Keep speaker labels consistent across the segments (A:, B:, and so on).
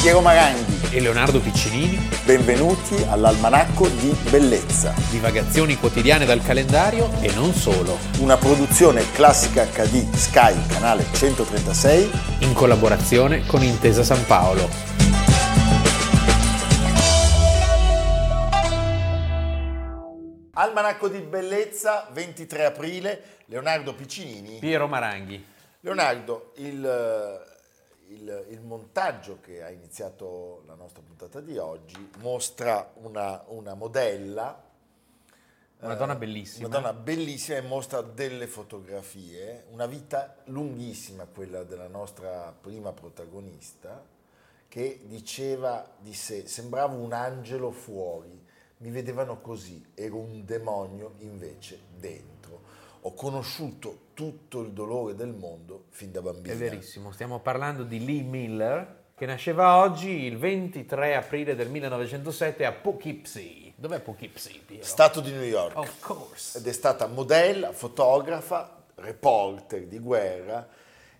A: Piero Maranghi.
B: e Leonardo Piccinini,
A: Benvenuti all'Almanacco di Bellezza,
B: divagazioni quotidiane dal calendario e non solo,
A: una produzione classica HD Sky, canale 136.
B: in collaborazione con Intesa San Paolo.
A: Almanacco di Bellezza, 23 aprile, Leonardo Piccinini.
B: Piero Maranghi.
A: Leonardo, il, eh, il- il montaggio che ha iniziato la nostra puntata di oggi mostra una, una modella,
B: Una donna
A: una
B: bellissima.
A: donna bellissima e mostra delle fotografie, una vita lunghissima quella della nostra prima protagonista che diceva di sé, sembravo un angelo fuori, mi vedevano così, ero un demonio invece dentro. Ho conosciuto tutto il dolore del mondo fin da bambina.
B: È verissimo, stiamo parlando di Lee Miller, che nasceva oggi il 23 aprile del 1907 a Poughkeepsie. Dov'è Poughkeepsie, Piero?
A: Stato di New York.
B: of course.
A: ed è stata modella, fotografa, reporter di guerra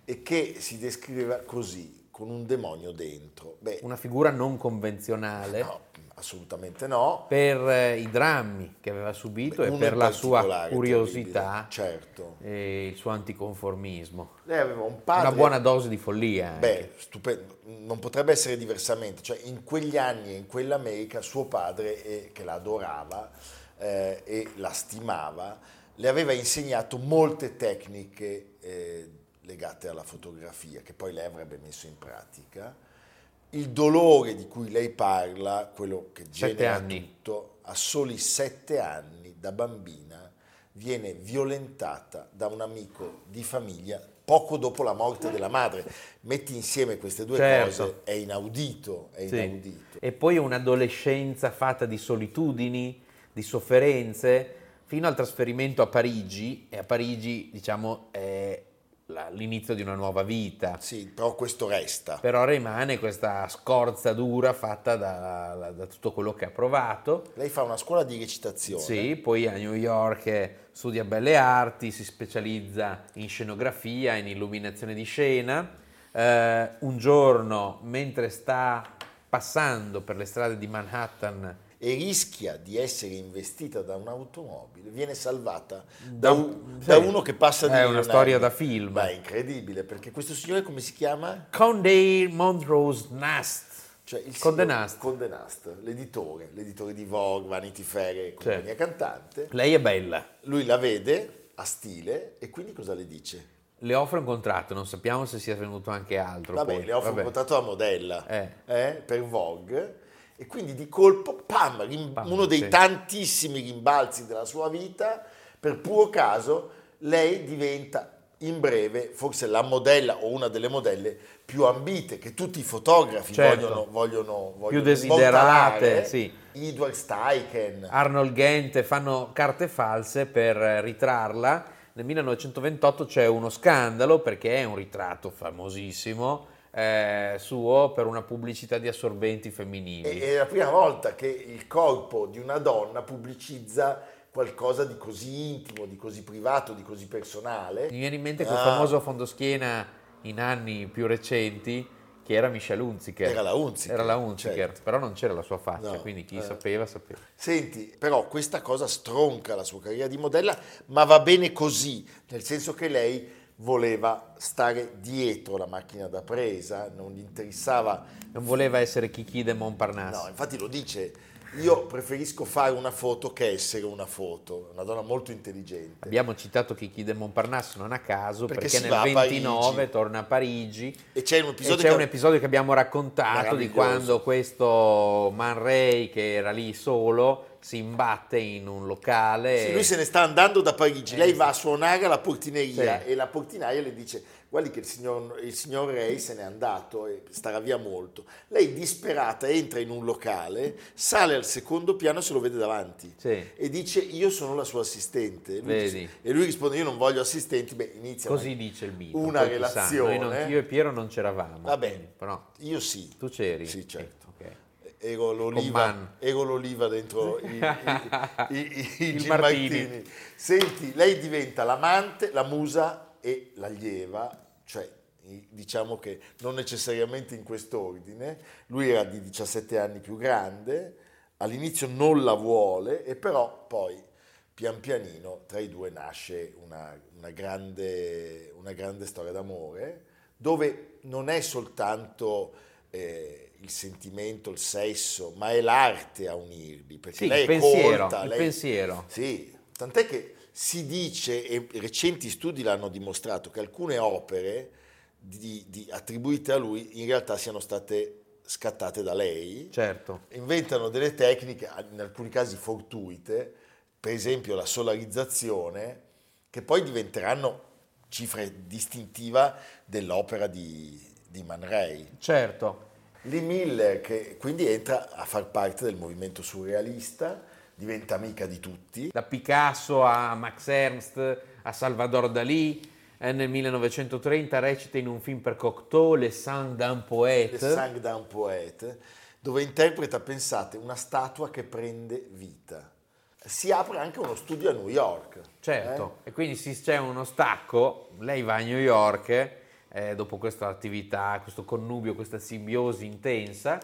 A: e che si descriveva così, con un demonio dentro. Beh,
B: Una figura non convenzionale
A: no, assolutamente no.
B: per eh, i drammi che aveva subito
A: Uno
B: e per
A: in
B: la sua
A: particolare,
B: curiosità
A: terribile, Certo.
B: e il suo anticonformismo.
A: Lei aveva un padre...
B: Una buona dose di follia. anche.
A: Beh, stupendo, non potrebbe essere diversamente, cioè in quegli anni e in quell'America suo padre, eh, che la adorava eh, e la stimava, le aveva insegnato molte tecniche eh, legate alla fotografia, che poi lei avrebbe messo in pratica. Il dolore di cui lei parla, quello che
B: Sette
A: genera
B: anni.
A: tutto, a soli sette anni da bambina viene violentata da un amico di famiglia poco dopo la morte della madre. Metti insieme queste due
B: Certo.
A: cose, è inaudito, è
B: Sì.
A: inaudito.
B: E poi un'adolescenza fatta di solitudini, di sofferenze, fino al trasferimento a Parigi, e a Parigi diciamo è la- l'inizio di una nuova vita.
A: Sì, però questo resta.
B: Però rimane questa scorza dura fatta da, da tutto quello che ha provato.
A: Lei fa una scuola di recitazione.
B: Sì, poi a New York eh, studia belle arti, si specializza in scenografia, in illuminazione di scena. Eh, un giorno, mentre sta passando per le strade di Manhattan
A: E rischia di essere investita da un'automobile, viene salvata
B: Da
A: da,
B: un-
A: un- da
B: sì.
A: uno che passa di
B: È una
A: Leonardo.
B: storia da film.
A: Ma è incredibile, perché questo signore come si chiama?
B: Condé Montrose Nast.
A: Cioè il
B: Condé
A: signor-
B: Nast.
A: Condé Nast, l'editore, l'editore di Vogue, Vanity Fair e compagnia
B: Certo.
A: cantante.
B: Lei è bella.
A: Lui la vede, ha stile, e quindi cosa le dice?
B: Le offre un contratto, non sappiamo se sia venuto anche altro.
A: Vabbè,
B: poi.
A: le offro
B: Vabbè.
A: un contratto da modella
B: Eh.
A: eh, per Vogue e quindi di colpo, pam, rim-
B: Pam,
A: uno dei
B: sì.
A: tantissimi rimbalzi della sua vita, per puro caso lei diventa in breve forse la modella o una delle modelle più ambite che tutti i fotografi
B: Certo.
A: vogliono, vogliono, vogliono
B: desiderate,
A: immortalare.
B: sì. Ah,
A: Edward Steichen,
B: Arnold Ghent fanno carte false per eh, ritrarla. Nel 1928 c'è uno scandalo perché è un ritratto famosissimo eh, suo per una pubblicità di assorbenti
A: E-
B: femminili.
A: È la prima volta che il corpo di una donna pubblicizza qualcosa di così intimo, di così privato, di così personale.
B: Mi viene in mente quel
A: Ah.
B: famoso fondoschiena in anni più recenti che era Michel Hunziker.
A: Era la Hunziker,
B: Era la Hunziker,
A: certo.
B: però non c'era la sua faccia,
A: No,
B: quindi chi
A: eh.
B: sapeva sapeva.
A: Senti, però questa cosa stronca la sua carriera di modella, ma va bene così, nel senso che lei voleva stare dietro la macchina da presa, non gli interessava.
B: Non voleva essere Kiki de
A: No,
B: Montparnasse.
A: infatti lo dice, io preferisco fare una foto che essere una foto, una donna molto intelligente.
B: Abbiamo citato Kiki de Montparnasse non a caso
A: Perché
B: perché,
A: si va a
B: nel 29
A: Parigi.
B: torna a Parigi
A: E c'è un
B: e
A: episodio
B: c'è
A: che-
B: un episodio che abbiamo raccontato di
A: Meraviglioso.
B: quando questo Man Ray che era lì solo si imbatte in un locale.
A: Sì,
B: e-
A: lui se ne sta andando da Parigi, lei va a suonare alla portineria
B: Eh, Sì.
A: e la portinaia le dice guardi che il signor, il signor Rey se n'è andato e starà via molto. Lei disperata entra in un locale, sale al secondo piano e se lo vede davanti
B: Sì.
A: e dice io sono la sua assistente E lui
B: Vedi.
A: dice- e lui risponde io non voglio assistenti, beh inizia
B: Così
A: una-
B: dice il mito.
A: una
B: poi chissà,
A: relazione.
B: noi non- io e Piero non c'eravamo.
A: Va bene.
B: Però
A: Io sì,
B: tu c'eri.
A: Sì, certo.
B: Sì, ok.
A: ero
B: Mann.
A: l'oliva, ero l'oliva dentro i, i, i, i- i
B: Il
A: Gin
B: Martini.
A: Martini. Senti, lei diventa l'amante, la musa e l'allieva, cioè diciamo che non necessariamente in quest'ordine, lui era di 17 anni più grande, all'inizio non la vuole e però poi pian pianino tra i due nasce una, una, grande, una grande, storia d'amore dove non è soltanto eh, il sentimento, il sesso, ma è l'arte a unirli, perché
B: Sì,
A: lei
B: il
A: è
B: pensiero,
A: colta,
B: il
A: lei-
B: pensiero.
A: Sì, tant'è che si dice, e recenti studi l'hanno dimostrato, che alcune opere di- di- attribuite a lui in realtà siano state scattate da lei,
B: Certo.
A: inventano delle tecniche, in alcuni casi fortuite, per esempio la solarizzazione, che poi diventeranno cifre distintiva dell'opera di, di Man Ray.
B: Certo.
A: Lee Miller, che quindi entra a far parte del movimento surrealista, diventa amica di tutti.
B: Da Picasso a Max Ernst a Salvador Dalì. eh, nel 1930 recita in un film per Cocteau, Le Sang d'un
A: Le
B: Poète.
A: Sang d'un Poète, dove interpreta, pensate, una statua che prende vita. Si apre anche uno studio a New York.
B: Certo,
A: Eh?
B: e quindi se c'è uno stacco, lei va a New York eh, dopo questa attività, questo connubio, questa simbiosi intensa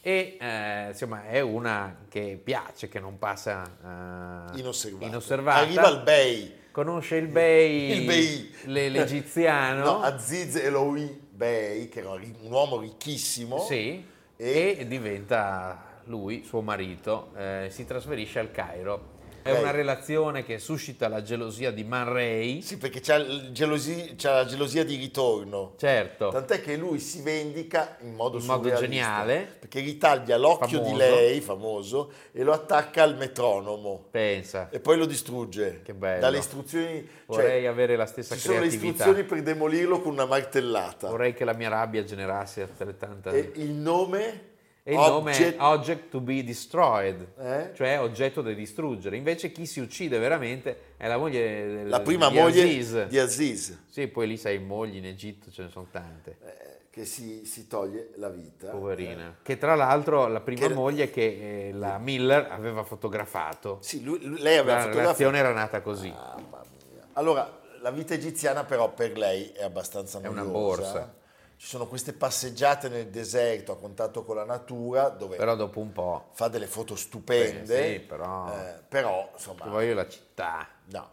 B: e eh, insomma è una che piace, che non passa eh,
A: Inosservata.
B: inosservata.
A: Arriva al Bay.
B: Conosce il Bey,
A: Il Bei.
B: le- l'egiziano,
A: No, Aziz Eloui Bey, che era un ri- un uomo ricchissimo.
B: sì,
A: E-
B: e... diventa lui, suo marito, eh, si trasferisce al Cairo. È
A: Lei.
B: una relazione che suscita la gelosia di Man Ray,
A: Sì, perché c'ha, il gelosi- c'ha la gelosia di ritorno.
B: certo.
A: Tant'è che lui si vendica in modo,
B: In modo
A: surrealista,
B: geniale.
A: Perché ritaglia l'occhio
B: Famoso.
A: di lei, famoso, e lo attacca al metronomo.
B: Pensa.
A: E poi lo distrugge.
B: Che bello.
A: Dalle istruzioni... cioè,
B: Vorrei avere la stessa
A: ci sono le
B: creatività.
A: istruzioni per demolirlo con una martellata.
B: Vorrei che la mia rabbia generasse altrettanta.
A: E il nome...
B: E il nome è
A: Object-
B: Object to be Destroyed,
A: Eh?
B: cioè oggetto da distruggere. Invece chi si uccide veramente è la moglie del-
A: La prima
B: eh, di
A: moglie
B: Aziz.
A: di Aziz.
B: Sì, poi lì sai, mogli in Egitto ce ne sono tante.
A: eh, che si, si toglie la vita.
B: Poverina. Che tra l'altro la prima
A: Eh, Che-
B: moglie che eh, la Miller aveva fotografato.
A: Eh, sì, lui- lui- lei aveva
B: La
A: fotografato. Ah,
B: relazione era nata così.
A: Mamma mia. Allora, la vita egiziana però per lei è abbastanza
B: È
A: noiosa.
B: una borsa.
A: Ci sono queste passeggiate nel deserto a contatto con la natura dove
B: Però dopo un po',
A: fa delle foto stupende.
B: Beh, sì, però-
A: eh, però, insomma,
B: che voglio la città.
A: no.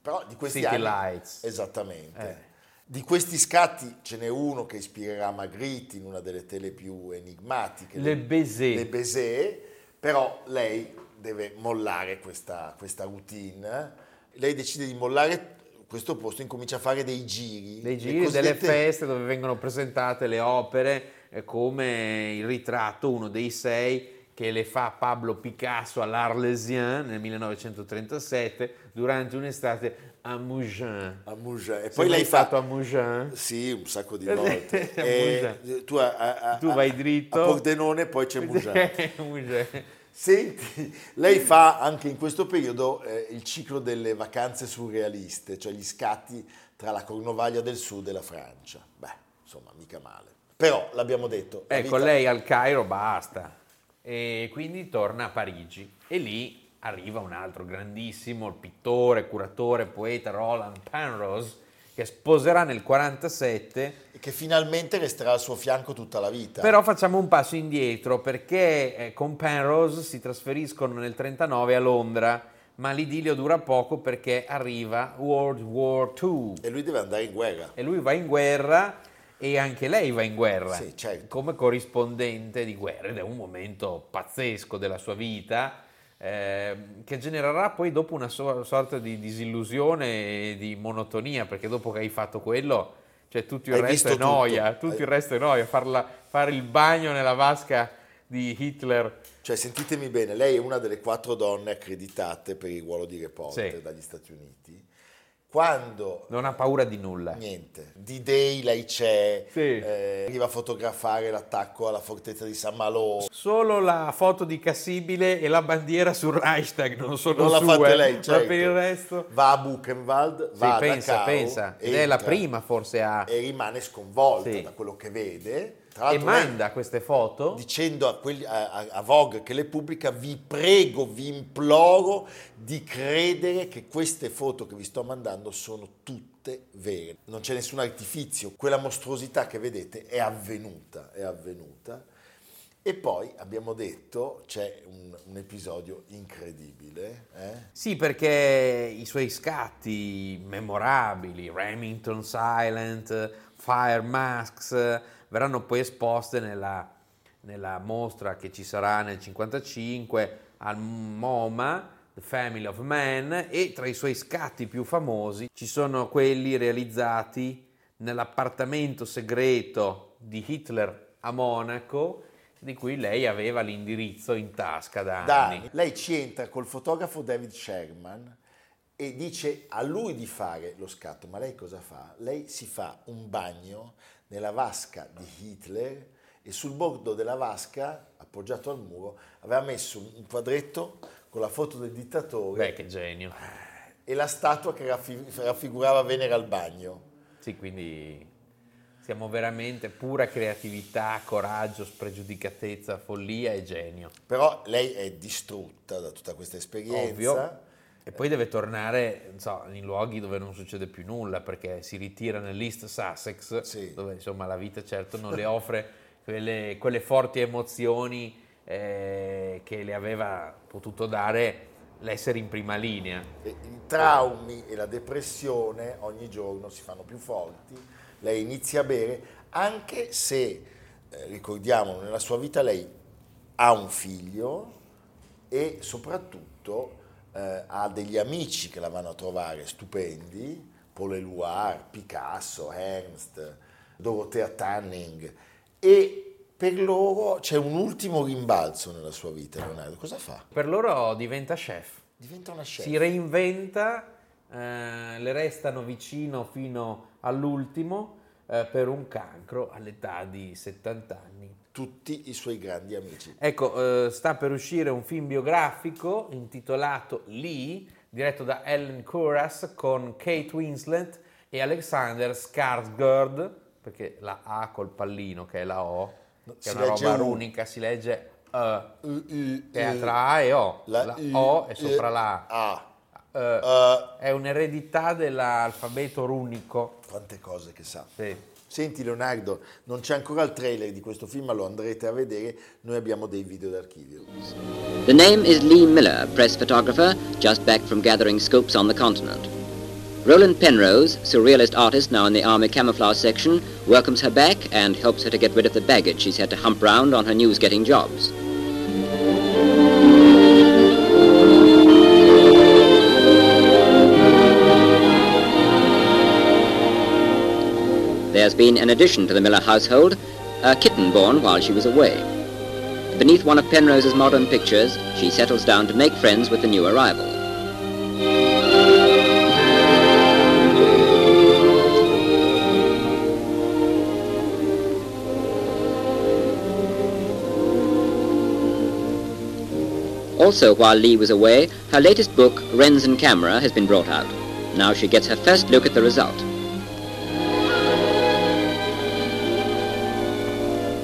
A: Però di questi
B: City
A: anni-
B: Lights.
A: Esattamente.
B: Eh.
A: Di questi scatti ce n'è uno che ispirerà Magritte in una delle tele più enigmatiche.
B: Le Bézé.
A: le Bézé, però lei deve mollare questa, questa routine. Lei decide di mollare questo posto, incomincia a fare dei giri.
B: dei
A: le
B: giri, delle
A: cosiddette-
B: feste dove vengono presentate le opere eh, come il ritratto, uno dei sei che le fa Pablo Picasso all'Arlesien nel 1937 durante un'estate a Mougins.
A: A Mougins. E
B: Sei
A: poi
B: mai
A: lei fa...
B: stato a Mougins?
A: Sì, un sacco di
B: Eh,
A: volte.
B: a
A: E tu, a- a- a-
B: Tu vai dritto.
A: A Pordenone poi c'è Mougins.
B: Mougins.
A: Senti, lei fa anche in questo periodo eh, il ciclo delle vacanze surrealiste, cioè gli scatti tra la Cornovaglia del Sud e la Francia. Beh, insomma, mica male. Però, l'abbiamo detto, la
B: Ecco,
A: vita-
B: lei al Cairo basta. E quindi torna a Parigi e lì arriva un altro grandissimo il pittore, curatore, poeta Roland Penrose che sposerà nel 47
A: che finalmente resterà al suo fianco tutta la vita.
B: Però facciamo un passo indietro perché eh, con Penrose si trasferiscono nel 39 a Londra, ma l'idilio dura poco perché arriva World War II
A: E lui deve andare in guerra.
B: e lui va in guerra e anche lei va in guerra
A: Sì, certo.
B: come corrispondente di guerra ed è un momento pazzesco della sua vita ehm, che genererà poi dopo una so- sorta di disillusione e di monotonia perché dopo che hai fatto quello cioè tutto il
A: Hai
B: resto è
A: visto
B: noia
A: tutto. Eh.
B: tutto, il resto è noia farla- fare il bagno nella vasca di Hitler
A: Cioè, sentitemi bene, lei è una delle quattro donne accreditate per il ruolo di reporter
B: Sì.
A: dagli Stati Uniti. Quando
B: non ha paura di nulla
A: Niente, D-Day lei c'è,
B: Sì.
A: eh, arriva a fotografare l'attacco alla fortezza di San Malo,
B: Solo la foto di Cassibile e la bandiera sul Reichstag non sono
A: non l'ha
B: sue,
A: fatta lei,
B: ma
A: certo.
B: per il resto...
A: Va a Buchenwald,
B: Sì,
A: va a
B: pensa,
A: Dachau,
B: pensa. Ed è
A: entra
B: la prima forse a...
A: E rimane sconvolta
B: Sì.
A: da quello che vede. Tra
B: e
A: l'altro lei-
B: manda queste foto.
A: dicendo a, quelli- a- a- a Vogue che le pubblica, vi prego, vi imploro di credere che queste foto che vi sto mandando sono tutte vere. Non c'è nessun artifizio, quella mostruosità che vedete è avvenuta, è avvenuta. E poi abbiamo detto, c'è un, un episodio incredibile. eh?
B: Sì, perché i suoi scatti memorabili, Remington Silent, Fire Masks, eh, verranno poi esposte nella, nella mostra che ci sarà nel 55 al MoMA, The Family of Man, e tra i suoi scatti più famosi ci sono quelli realizzati nell'appartamento segreto di Hitler a Monaco, di cui lei aveva l'indirizzo in tasca da anni.
A: Da anni. Lei ci entra col fotografo David Sherman e dice a lui di fare lo scatto, ma lei cosa fa? Lei si fa un bagno nella vasca di Hitler e sul bordo della vasca, appoggiato al muro, aveva messo un quadretto con la foto del dittatore
B: Beh, che genio.
A: e la statua che raffi- raffigurava Venere al bagno.
B: Sì, quindi siamo veramente pura creatività, coraggio, spregiudicatezza, follia e genio.
A: Però lei è distrutta da tutta questa esperienza.
B: Ovvio. E poi deve tornare non so, in luoghi dove non succede più nulla perché si ritira nell'East Sussex,
A: Sì.
B: dove insomma la vita certo non le offre quelle, quelle forti emozioni eh, che le aveva potuto dare l'essere in prima linea.
A: E I traumi e la depressione ogni giorno si fanno più forti, lei inizia a bere, anche se, eh, ricordiamo, nella sua vita lei ha un figlio e soprattutto eh, ha degli amici che la vanno a trovare, stupendi, Paul Eluard, Picasso, Ernst, Dorothea Tanning e per loro c'è un ultimo rimbalzo nella sua vita, Leonardo. Cosa fa?
B: Per loro diventa chef.
A: Diventa una scelta.
B: si reinventa, eh, le restano vicino fino all'ultimo eh, per un cancro all'età di 70 anni.
A: tutti i suoi grandi amici.
B: Ecco, eh, sta per uscire un film biografico intitolato Lee, diretto da Ellen Kuras con Kate Winslet e Alexander Skarsgård, perché la A col pallino che è la O,
A: No,
B: che è
A: si
B: una
A: legge
B: roba
A: U.
B: runica, si legge E, che è
A: Teatra
B: tra A e O, la, O è sopra la A. Eh,
A: Ah.
B: È un'eredità dell'alfabeto runico.
A: Quante cose che sa.
B: Sì.
A: Senti Leonardo, non c'è ancora il trailer di questo film, ma lo andrete a vedere, noi abbiamo dei video d'archivio.
C: The name is Lee Miller, press photographer, just back from gathering scopes on the continent. Roland Penrose, surrealist artist now in the Army camouflage section, welcomes her back and helps her to get rid of the baggage she's had to hump round on her news-getting jobs. There's been an addition to the Miller household, a kitten born while she was away. Beneath one of Penrose's modern pictures, she settles down to make friends with the new arrival. Also, while Lee was away, her latest book, Ren's in Camera, has been brought out. Now she gets her first look at the result.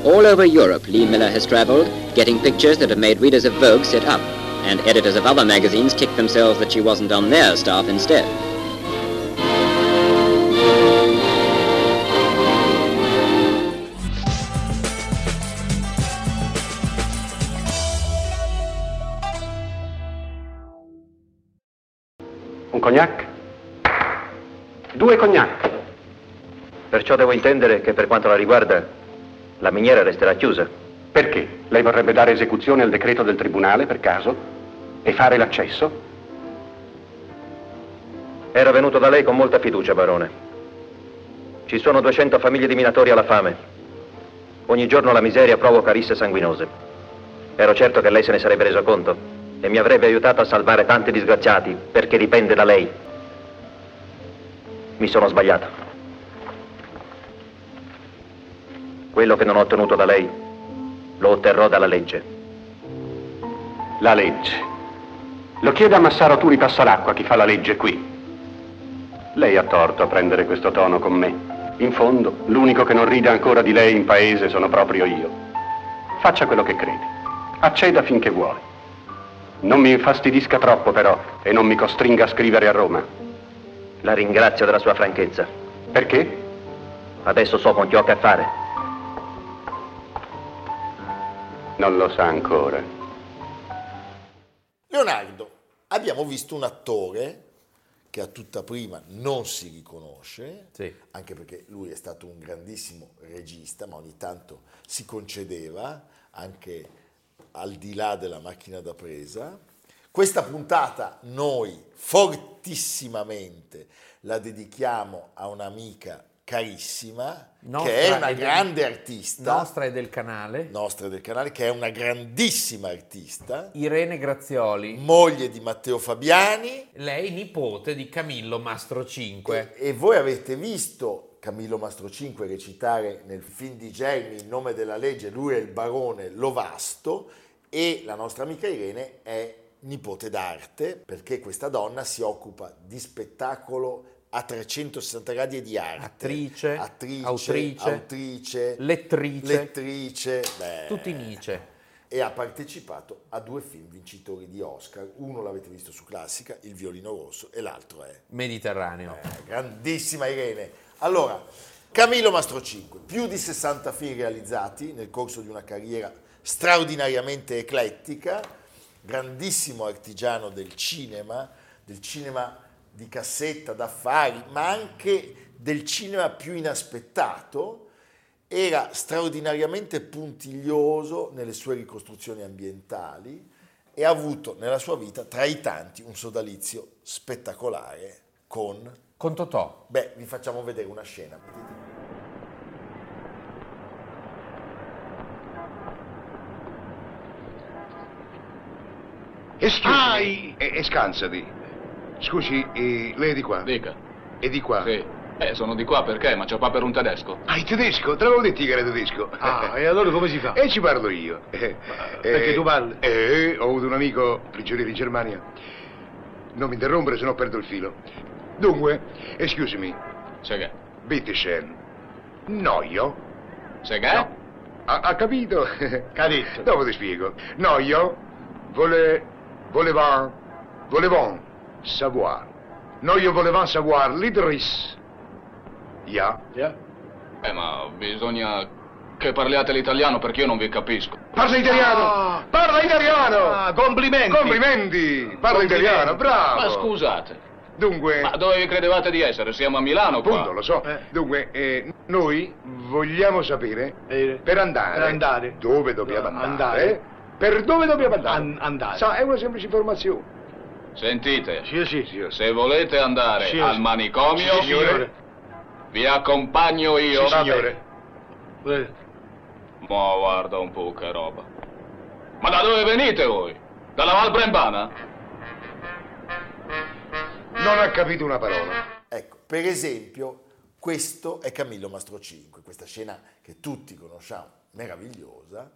C: All over Europe, Lee Miller has traveled, getting pictures that have made readers of Vogue sit up, and editors of other magazines kick themselves that she wasn't on their staff instead.
D: Un cognac? Due cognac.
E: Perciò devo intendere che per quanto la riguarda, la miniera resterà chiusa.
D: Perché? Lei vorrebbe dare esecuzione al decreto del tribunale, per caso? E fare l'accesso?
E: Ero venuto da lei con molta fiducia, barone. Ci sono 200 famiglie di minatori alla fame. Ogni giorno la miseria provoca risse sanguinose. Ero certo che lei se ne sarebbe reso conto e mi avrebbe aiutato a salvare tanti disgraziati perché dipende da lei. Mi sono sbagliato. Quello che non ho ottenuto da lei lo otterrò dalla legge.
D: La legge. Lo chiede a Massaro Turi Passaracqua chi fa la legge qui. Lei ha torto a prendere questo tono con me. In fondo, l'unico che non ride ancora di lei in paese sono proprio io. Faccia quello che crede. Acceda finché vuole. Non mi infastidisca troppo, però, e non mi costringa a scrivere a Roma.
E: La ringrazio della sua franchezza.
D: Perché?
E: Adesso so con chi ho a che fare.
D: Non lo sa ancora.
A: Leonardo, abbiamo visto un attore che a tutta prima non si riconosce,
B: Sì.
A: anche perché lui è stato un grandissimo regista, ma ogni tanto si concedeva anche al di là della macchina da presa. Questa puntata noi fortissimamente la dedichiamo a un'amica carissima,
B: Nostra
A: che è una
B: e del-
A: grande artista,
B: Nostra e del canale.
A: nostra del canale, che è una grandissima artista,
B: Irene Grazioli.
A: moglie di Matteo Fabiani.
B: Lei nipote di Camillo Mastro 5.
A: E, e voi avete visto Camillo Mastro 5 recitare nel film di Germi in nome della legge, lui è il barone Lovasto e la nostra amica Irene è nipote d'arte perché questa donna si occupa di spettacolo a 360 gradi e di arte.
B: Attrice,
A: Attrice,
B: autrice,
A: autrice,
B: lettrice.
A: lettrice, beh.
B: Tutti Nice.
A: E ha partecipato a due film vincitori di Oscar, uno l'avete visto su Classica, Il violino rosso, e l'altro è
B: Mediterraneo.
A: eh, grandissima Irene. Allora, Camillo Mastro 5, più di 60 film realizzati nel corso di una carriera straordinariamente eclettica, grandissimo artigiano del cinema, del cinema di cassetta, d'affari, ma anche del cinema più inaspettato, era straordinariamente puntiglioso nelle sue ricostruzioni ambientali e ha avuto nella sua vita, tra i tanti, un sodalizio spettacolare con...
B: Con Totò.
A: Beh, vi facciamo vedere una scena.
F: Escusami. E, e scansati. Scusi, e lei è di qua?
G: Dica.
F: E di qua?
G: Sì. Eh, sono di qua perché? Ma c'ho qua per un tedesco.
F: Ah, in tedesco? Te l'avevo detto che era tedesco.
H: Ah, e allora come si fa?
F: E ci parlo io. Eh,
H: perché
F: eh,
H: tu parli?
F: Eh, ho avuto un amico prigioniero in Germania. Non mi interrompere, sennò perdo il filo. Dunque, excuse me,
G: Seghe.
F: bitte schön. Noio?
G: Seghe?
F: No. Eh? Ha, ha capito?
H: Capito.
F: Dopo ti spiego. Noio vole, voleva, volevon savoir. Noio volevon savoir l'Idris. Ja.
G: Eh, ma bisogna che parliate l'italiano perché io non vi capisco.
F: Parla italiano!
H: Ah.
F: Parla italiano!
H: Ah, complimenti.
F: Complimenti! Parla italiano, bravo!
G: Ma scusate.
F: Dunque,
G: Ma dove vi credevate di essere? Siamo a Milano qua.
F: appunto, lo so.
H: Eh.
F: Dunque, eh, noi vogliamo sapere
H: Eh,
F: per andare.
H: Per andare.
F: Dove dobbiamo
H: No,
F: andare?
H: andare.
F: Per dove dobbiamo andare?
H: An- andare.
F: Sa, è una semplice informazione.
G: Sentite,
H: Sì, sì, sì.
G: se volete andare
H: Sì,
G: al
H: sì.
G: manicomio,
F: Sì, signore.
G: vi accompagno io.
F: Sì, signore.
H: Eh,
G: Ma guarda un po' che roba. Ma da dove venite voi? Dalla Val Brembana?
F: Non ha capito una parola.
A: Ecco, per esempio, questo è Camillo Mastro 5, questa scena che tutti conosciamo, meravigliosa,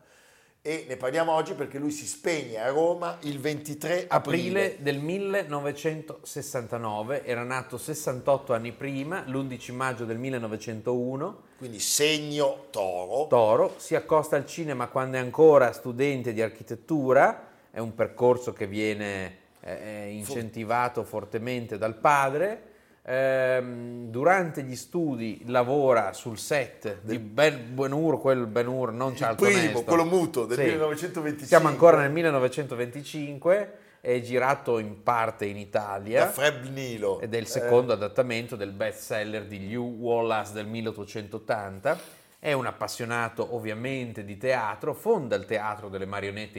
A: e ne parliamo oggi perché lui si spegne a Roma il 23 aprile,
B: Aprile del 1969, era nato 68 anni prima, l'11 maggio del 1901.
A: quindi segno toro.
B: Toro, si accosta al cinema quando è ancora studente di architettura, è un percorso che viene eh, incentivato fortemente dal padre. Ehm, durante gli studi lavora sul set di Ben Benur, quel Benur non cioè
A: Il
B: Charlton
A: primo,
B: Heston.
A: quello muto del 1925.
B: Siamo ancora nel 1925, è girato in parte in Italia.
A: Da Fred Nilo.
B: Ed è il secondo adattamento del bestseller di Lew Wallace del 1880. È un appassionato ovviamente di teatro, fonda il teatro delle marionette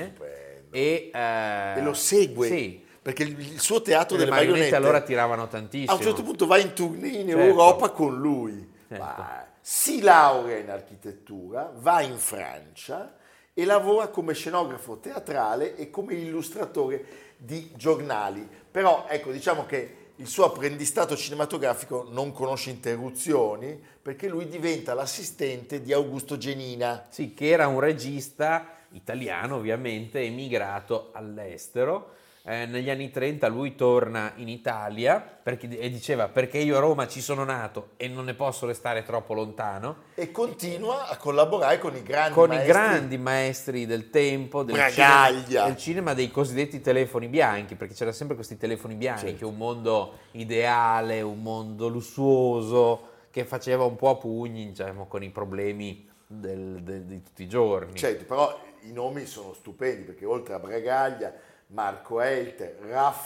A: Eh, Ah, Stupendo.
B: e, eh,
A: e lo segue.
B: Sì,
A: Perché il il suo teatro
B: le
A: delle
B: marionette
A: marionette,
B: allora tiravano tantissimo.
A: A un certo punto va in tournée in
B: Certo.
A: Europa con lui.
B: Certo.
A: Ma si laurea in architettura, va in Francia e lavora come scenografo teatrale e come illustratore di giornali. Però ecco, diciamo che il suo apprendistato cinematografico non conosce interruzioni perché lui diventa l'assistente di Augusto Genina.
B: Sì, che era un regista italiano ovviamente, emigrato all'estero. eh, negli anni 30 lui torna in Italia perché- e diceva perché io a Roma ci sono nato e non ne posso restare troppo lontano
A: E continua a collaborare con i grandi
B: con
A: maestri.
B: i grandi maestri del tempo del cinema,
A: Bragaglia.
B: del cinema dei cosiddetti telefoni bianchi, perché c'era sempre questi telefoni bianchi,
A: Certo.
B: un mondo ideale, un mondo lussuoso che faceva un po' a pugni diciamo, con i problemi del- del- di tutti i giorni.
A: Certo, però i nomi sono stupendi perché oltre a Bregaglia, Marco Elter,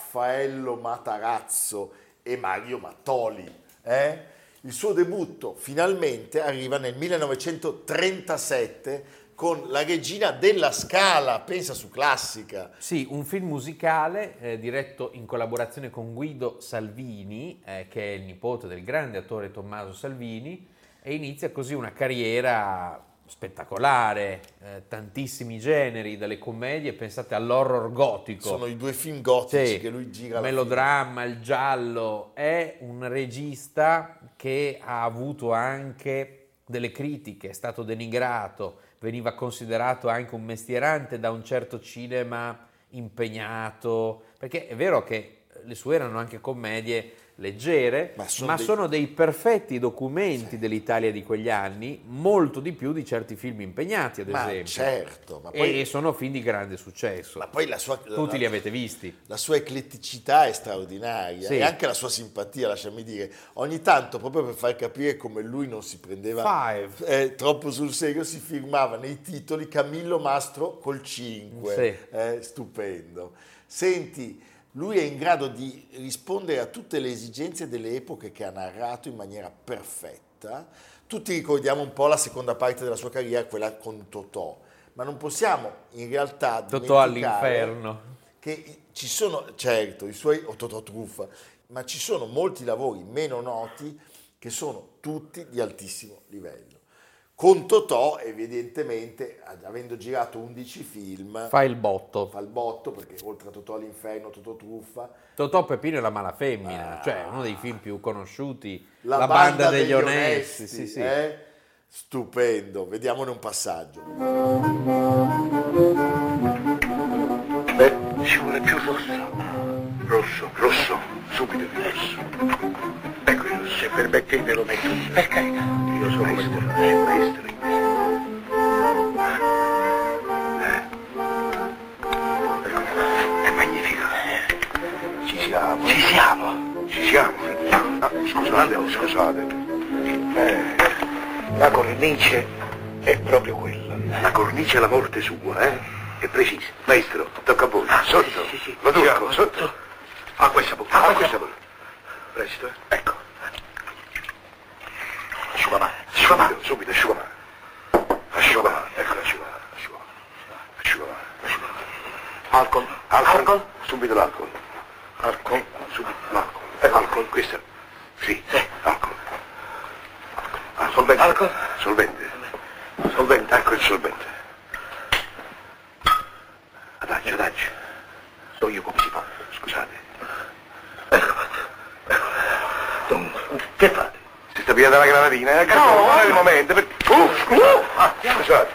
A: Raffaello Matarazzo e Mario Mattoli. eh? Il suo debutto finalmente arriva nel 1937 con La regina della Scala, pensa su classica.
B: Sì, un film musicale eh, diretto in collaborazione con Guido Salvini, eh, che è il nipote del grande attore Tommaso Salvini, e inizia così una carriera spettacolare, eh, tantissimi generi, dalle commedie, pensate all'horror gotico.
A: Sono i due film gotici
B: Ecco. Sì,
A: che lui gira. alla
B: melodramma, il giallo, è un regista che ha avuto anche delle critiche, è stato denigrato, veniva considerato anche un mestierante da un certo cinema impegnato, perché è vero che le sue erano anche commedie leggere, ma
A: Ma
B: sono,
A: sono
B: dei...
A: dei-
B: perfetti documenti dell'Italia di quegli anni, molto di più di certi film impegnati, ad
A: fine. Ma
B: esempio.
A: certo, ma
B: E
A: poi,
B: sono film di grande successo.
A: ma poi la sua...
B: Tutti li
A: la-
B: avete visti.
A: La sua ecletticità è straordinaria
B: Sì.
A: e anche la sua simpatia, lasciami dire. Ogni tanto, proprio per far capire come lui non si prendeva
B: Five.
A: eh, troppo sul serio, si firmava nei titoli Camillo Mastro col 5.
B: Sì.
A: stupendo. Senti, lui è in grado di rispondere a tutte le esigenze delle epoche che ha narrato in maniera perfetta. Tutti ricordiamo un po' la seconda parte della sua carriera, quella con Totò, ma non possiamo in realtà
B: Totò
A: dimenticare-
B: all'inferno.
A: che ci sono, certo, i suoi o Totò Truffa, ma ci sono molti lavori meno noti che sono tutti di altissimo livello. Con Totò, evidentemente, ad- avendo girato 11 film,
B: Fa il botto.
A: fa il botto, perché oltre a Totò all'inferno, Totò Truffa,
B: Totò Pepino e la mala femmina,
A: Ah.
B: cioè uno dei film più conosciuti.
A: La, banda, degli, onesti,
B: sì, sì.
A: eh? stupendo, vediamone un passaggio.
I: Ci vuole più rosso. Rosso, rosso, subito più rosso. Ecco, io, se permettete lo metto. Per carità. Io sono maestro, eh, maestro. Eh. Ecco qua. È magnifico. Ci siamo. Ci siamo. Ci siamo. Ah, scusate, scusate. Eh, la cornice è proprio quella. La cornice è la morte sua, eh? È precisa. Maestro, tocca a voi. sotto. Lo tocco, sotto. A questa bocca. A questa bocca. Presto. Ecco. Asciugamano. Asciugamano. Subito, asciugamano. Asciugamano. Ecco l'asciugamano. Asciugamano. Asciugamano. Asciugamano. Alcol. Alcol. Subito l'alcol. Alcol. Subito l'alcol. Ecco. Alcol, questa. Sì. Alcol. Alcol. Solvente. Solvente. Solvente. Ecco il solvente. Adagio, adagio. So io come si fa, scusate. Ecco fatto. Ecco. Dunque, che fate? Si sta pigliando la granatina, eh? No, non è il momento, perché... Uh, uh, ah, scusate.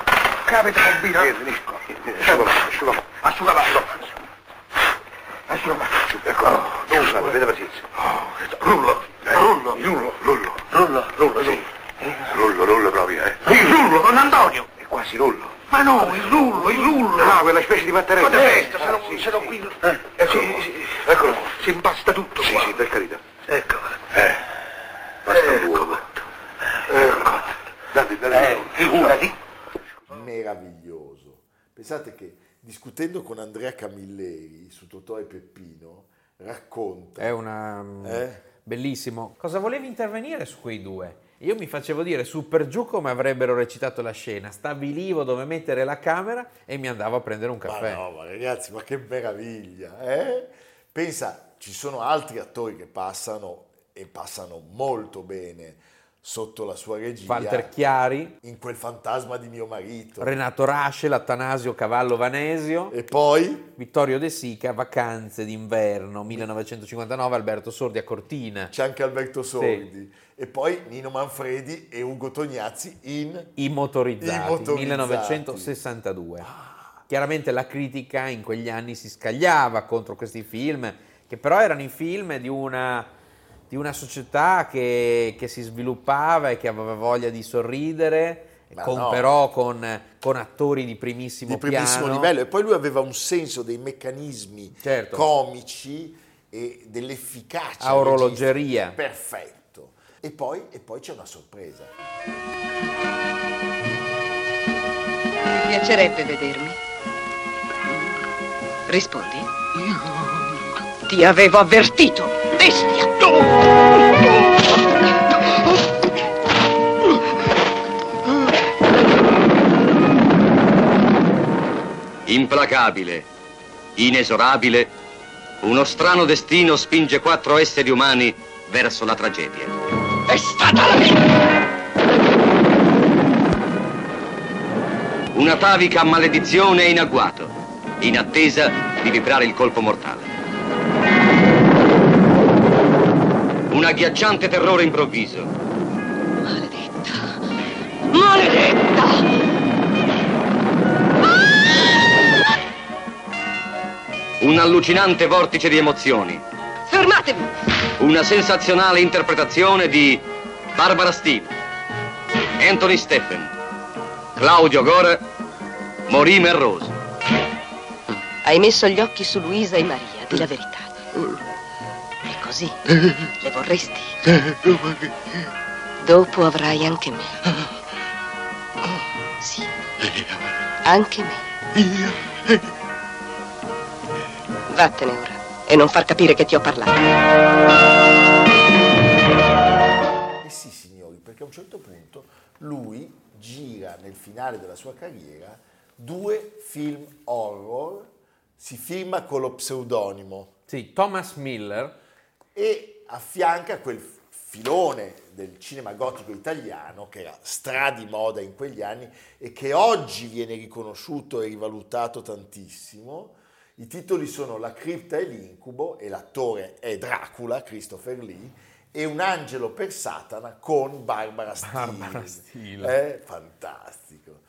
I: Capita combina. Vieni, vieni. Asciugamano, asciugamano. Asciugamano. Asciugamano. Ecco, non usate, avete pazienza. Rullo, rullo, rullo, rullo, rullo, rullo, sì. Rullo, rullo proprio, eh. Il rullo, Don Antonio. È quasi rullo. Ma no, il rullo, il rullo. No, quella specie di mattarello. Ma testa, se non ce l'ho qui. Eh, eccolo, eccolo. Si impasta tutto sì, Sì, per carità. Ecco. Eh. Basta un uovo. Ecco. Date, date. Eh, figurati.
A: meraviglioso. Pensate che discutendo con Andrea Camilleri su Totò e Peppino, racconta
B: È una... mm,
A: Eh?
B: Bellissimo. Cosa volevi intervenire su quei due? Io mi facevo dire su per giù come avrebbero recitato la scena, stabilivo dove mettere la camera e mi andavo a prendere un
A: Ma
B: caffè.
A: no, ma ragazzi, ma che meraviglia! eh? Pensa, ci sono altri attori che passano e passano molto bene sotto la sua regia.
B: Walter Chiari,
A: in quel fantasma di mio marito.
B: Renato Rasce, Atanasio Cavallo Vanesio.
A: e poi
B: Vittorio De Sica, Vacanze d'inverno 1959, Alberto Sordi a Cortina.
A: c'è anche Alberto Sordi. E poi Nino Manfredi e Ugo Tognazzi in
B: I motorizzati,
A: I motorizzati. Ah.
B: 1962. Chiaramente la critica in quegli anni si scagliava contro questi film, che però erano i film di una, di una società che, che si sviluppava e che aveva voglia di sorridere,
A: Ma
B: con-
A: no.
B: però con, con attori di primissimo,
A: di primissimo
B: piano.
A: livello e poi lui aveva un senso dei meccanismi
B: Certo.
A: comici e dell'efficacia
B: A orologeria.
A: registra- perfetto e poi, e poi c'è una sorpresa
J: Mi piacerebbe vedermi. Rispondi. Ti avevo avvertito, bestia!
E: Implacabile, inesorabile, uno strano destino spinge quattro esseri umani verso la tragedia.
I: È stata la mia!
E: Una tavica maledizione in agguato, in attesa di vibrare il colpo mortale. Un agghiacciante terrore improvviso.
J: Maledetta!
E: Un allucinante vortice di emozioni.
J: Fermatevi!
E: Una sensazionale interpretazione di Barbara Steele, Anthony Steffen, Claudio Gore, Maureen Melrose.
J: Hai messo gli occhi su Luisa e Maria, di la verità. E così le vorresti. Dopo avrai anche me. Sì. Anche me. Vattene ora e non far capire che ti ho parlato.
A: e sì signori perché a un certo punto lui gira nel finale della sua carriera due film horror si firma con lo pseudonimo
B: Sì, Thomas Miller,
A: e affianca quel filone del cinema gotico italiano che era stra di moda in quegli anni e che oggi viene riconosciuto e rivalutato tantissimo. I titoli sono La cripta e l'incubo e l'attore è Dracula, Christopher Lee, e Un angelo per Satana con Barbara Steele.
B: Barbara Steele.
A: Eh, fantastico.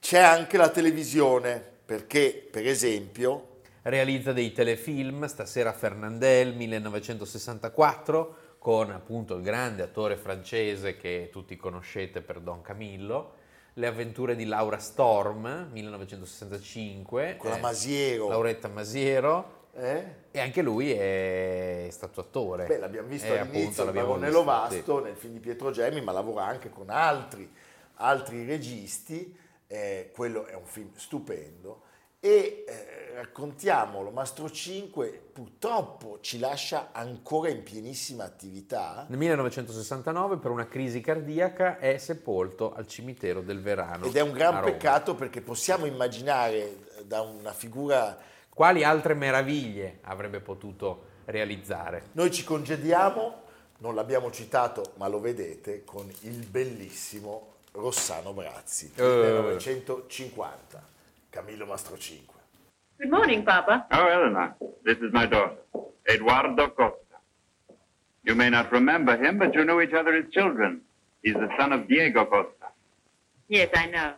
A: C'è anche la televisione, perché per esempio
B: realizza dei telefilm, stasera Fernandel 1964 con appunto il grande attore francese che tutti conoscete per Don Camillo, Le avventure di Laura Storm 1965
A: con la
B: eh,
A: Masiero,
B: Lauretta Masiero
A: eh?
B: e anche lui è stato attore.
A: Beh, l'abbiamo visto
B: Eh, appunto,
A: all'inizio, il
B: l'abbiamo
A: Barone
B: visto,
A: Lovasto, nel film di Pietro Gemmi, ma lavora anche con altri, altri registi, eh, quello è un film stupendo, e eh, raccontiamolo, Mastro 5 purtroppo ci lascia ancora in pienissima attività,
B: Nel 1969 per una crisi cardiaca è sepolto al cimitero del Verano.
A: ed è un
B: Mm. a
A: gran
B: Roma.
A: peccato perché possiamo immaginare eh, da una figura...
B: Quali altre meraviglie avrebbe potuto realizzare?
A: Noi ci congediamo, non l'abbiamo citato, ma lo vedete, con il bellissimo Rossano Brazzi,
B: Eh.
A: 1950, Camillo Mastro 5.
K: Good morning, Papa.
L: Oh, Elena, this is my daughter, Eduardo Costa. You may not remember him, but you knew each other as children. He's the son of Diego Costa.
K: Yes, I know.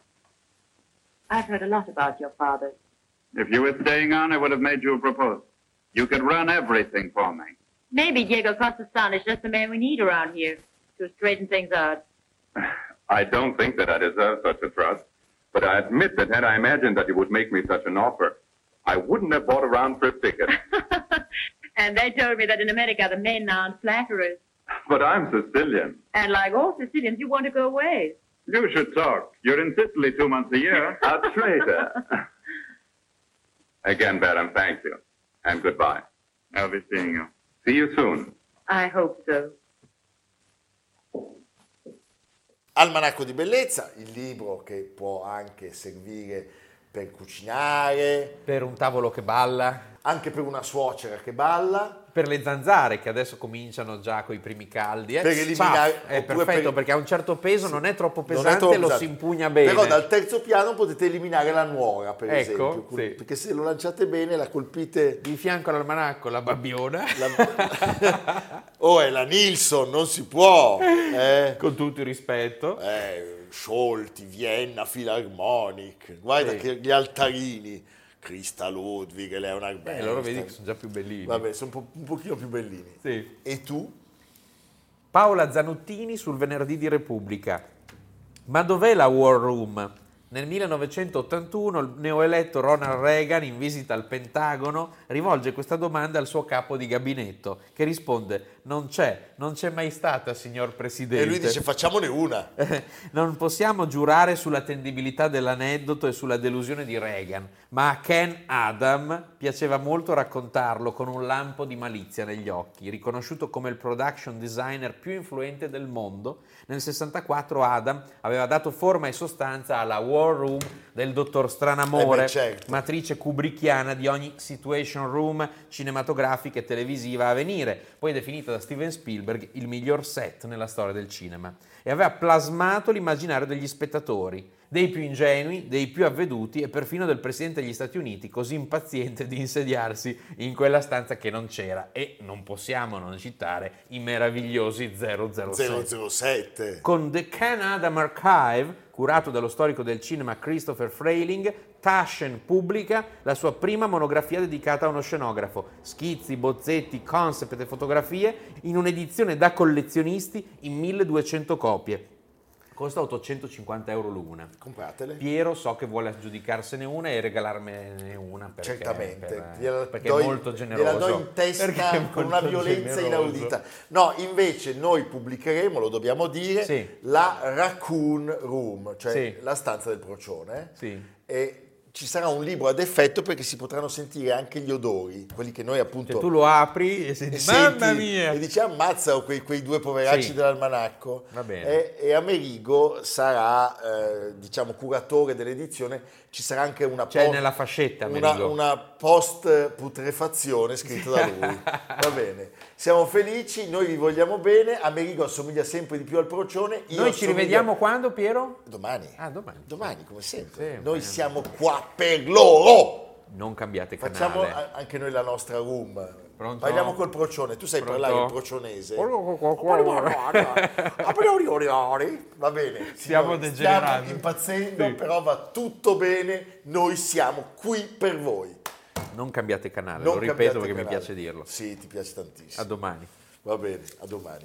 K: I've heard a lot about your father.
L: If you were staying on, I would have made you a proposal. You could run everything for me.
K: Maybe Diego Costa's son is just the man we need around here to straighten things out.
M: I don't think that I deserve such a trust, but I admit that had I imagined that you would make me such an offer, I wouldn't have bought a round trip ticket.
K: And they told me that in America the men aren't flatterers.
L: But I'm Sicilian.
K: And like all Sicilians, you want to go away.
L: You should talk. You're in Sicily two months a year. a traitor.
M: Again, madam, thank you, and goodbye.
L: I'll be seeing you.
M: See you soon.
K: I hope so.
A: Almanacco di bellezza, il libro che può anche servire per cucinare,
B: Per un tavolo che balla,
A: anche per una suocera che balla,
B: per le zanzare che adesso cominciano già con i primi caldi. eh.
A: Per eliminare-
B: Ciao. È
A: oppure
B: perfetto
A: per-
B: perché a un certo peso non è troppo
A: Non è
B: pesante,
A: troppo
B: lo
A: pesante.
B: si impugna bene.
A: Però dal terzo piano potete eliminare la nuora, per
B: Ecco,
A: esempio. quindi-
B: sì.
A: Perché se lo lanciate bene, la colpite...
B: Di fianco all'almanacco, la babbiona.
A: oh, è la Nilsson, non si può! Eh.
B: Con tutto il rispetto.
A: Eh, Scholti, Vienna, Philharmonic, guarda che gli altarini, Krista Ludwig, Leonard
B: Beh,
A: Bernstein.
B: Eh, loro vedi che sono già più bellini.
A: eh, Vabbè, sono un, po- un pochino più bellini.
B: Sì.
A: E tu?
B: Paola Zanottini sul venerdì di Repubblica. Ma dov'è la War Room? Nel 1981 il neoeletto Ronald Reagan, in visita al Pentagono, rivolge questa domanda al suo capo di gabinetto, che risponde: Non c'è, non c'è mai stata, signor Presidente.
A: E lui dice facciamone una.
B: Eh, Non possiamo giurare sull'attendibilità dell'aneddoto e sulla delusione di Reagan, ma a Ken Adam piaceva molto raccontarlo con un lampo di malizia negli occhi. Riconosciuto come il production designer più influente del mondo, nel 64 Adam aveva dato forma e sostanza alla War Room del dottor Stranamore,
A: Eh beh, certo.
B: matrice kubrickiana di ogni situation room cinematografica e televisiva a venire, poi definita da Steven Spielberg il miglior set nella storia del cinema, e aveva plasmato l'immaginario degli spettatori, dei più ingenui, dei più avveduti e perfino del presidente degli Stati Uniti, così impaziente di insediarsi in quella stanza che non c'era e non possiamo non citare i meravigliosi 007.
A: 007.
B: Con The Can Adam Archive, curato dallo storico del cinema Christopher Frayling, Taschen pubblica la sua prima monografia dedicata a uno scenografo, schizzi, bozzetti, concept e fotografie, in un'edizione da collezionisti in 1200 copie. Costa 850 euro l'una.
A: Compratele.
B: Piero so che vuole aggiudicarsene una e regalarmene una perché,
A: Certamente,
B: per- eh,
A: gliela
B: perché
A: do
B: è
A: in-
B: molto generoso.
A: gliela do in
B: Perché è
A: testa con una
B: molto
A: violenza
B: generoso.
A: inaudita. No, invece noi pubblicheremo, lo dobbiamo dire,
B: Sì.
A: la Raccoon Room, cioè
B: Sì.
A: la stanza del procione.
B: Sì.
A: E ci sarà un libro ad effetto perché si potranno sentire anche gli odori, quelli che noi appunto...
B: Cioè, tu lo apri e senti,
A: e
B: mamma
A: senti-
B: mia!
A: E dici ammazza quei, quei due poveracci
B: Sì.
A: dell'almanacco.
B: Va bene.
A: E, e Amerigo sarà, eh, diciamo, curatore dell'edizione. Ci sarà anche una
B: C'è
A: post-
B: nella fascetta,
A: una,
B: Amerigo.
A: una post putrefazione scritta da lui. Va bene. Siamo felici, noi vi vogliamo bene. Amerigo assomiglia sempre di più al procione. io
B: Noi ci
A: assomiglio-
B: rivediamo quando, Piero?
A: domani.
B: Ah, domani.
A: Domani, come sempre.
B: Sempre.
A: Noi siamo qua per loro.
B: Non cambiate canale.
A: Facciamo eh, a- anche noi la nostra room.
B: Pronto?
A: Parliamo col procione. Tu sai
B: Pronto?
A: parlare il procionese? Va bene.
B: Stiamo
A: signori,
B: degenerando.
A: Stiamo impazzendo,
B: Sì.
A: però va tutto bene. Noi siamo qui per voi.
B: Non cambiate canale,
A: Non
B: lo
A: cambiate
B: ripeto perché mi
A: canale.
B: piace dirlo.
A: Sì, ti piace tantissimo.
B: A domani.
A: Va bene, a domani.